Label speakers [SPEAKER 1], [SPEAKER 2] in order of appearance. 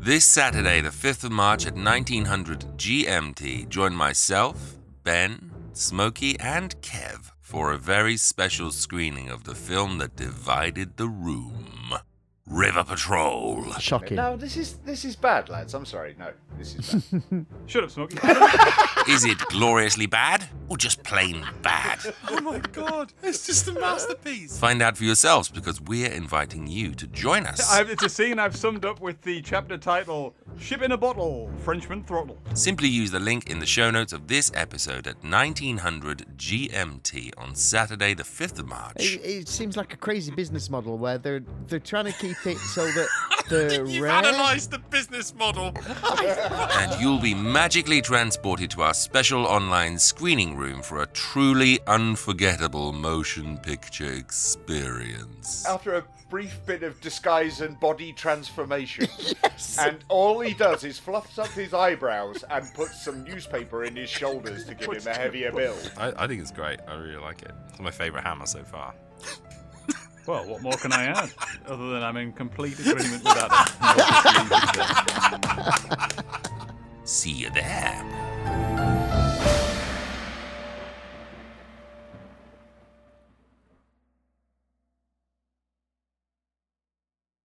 [SPEAKER 1] This Saturday, the 5th of March at 1900 GMT, join myself, Ben, Smokey, and Kev for a very special screening of the film that divided the room River Patrol.
[SPEAKER 2] Shocking.
[SPEAKER 3] No, this is this is bad, lads. I'm sorry. No, this is bad.
[SPEAKER 4] Shut up, Smokey.
[SPEAKER 1] Is it gloriously bad or just plain bad?
[SPEAKER 4] oh my god, it's just a masterpiece.
[SPEAKER 1] Find out for yourselves because we're inviting you to join us.
[SPEAKER 4] I've, it's a scene I've summed up with the chapter title Ship in a Bottle, Frenchman Throttle.
[SPEAKER 1] Simply use the link in the show notes of this episode at 1900 GMT on Saturday, the 5th of March.
[SPEAKER 2] It, it seems like a crazy business model where they're they're trying to keep it so that the rare.
[SPEAKER 1] the business model. and you'll be magically transported to our special online screening room for a truly unforgettable motion picture experience.
[SPEAKER 3] After a brief bit of disguise and body transformation, and all he does is fluffs up his eyebrows and puts some newspaper in his shoulders to give him a heavier build.
[SPEAKER 5] I, I think it's great. I really like it. It's my favourite hammer so far.
[SPEAKER 4] Well, what more can I add? Other than I'm in complete agreement with Adam.
[SPEAKER 1] See you there.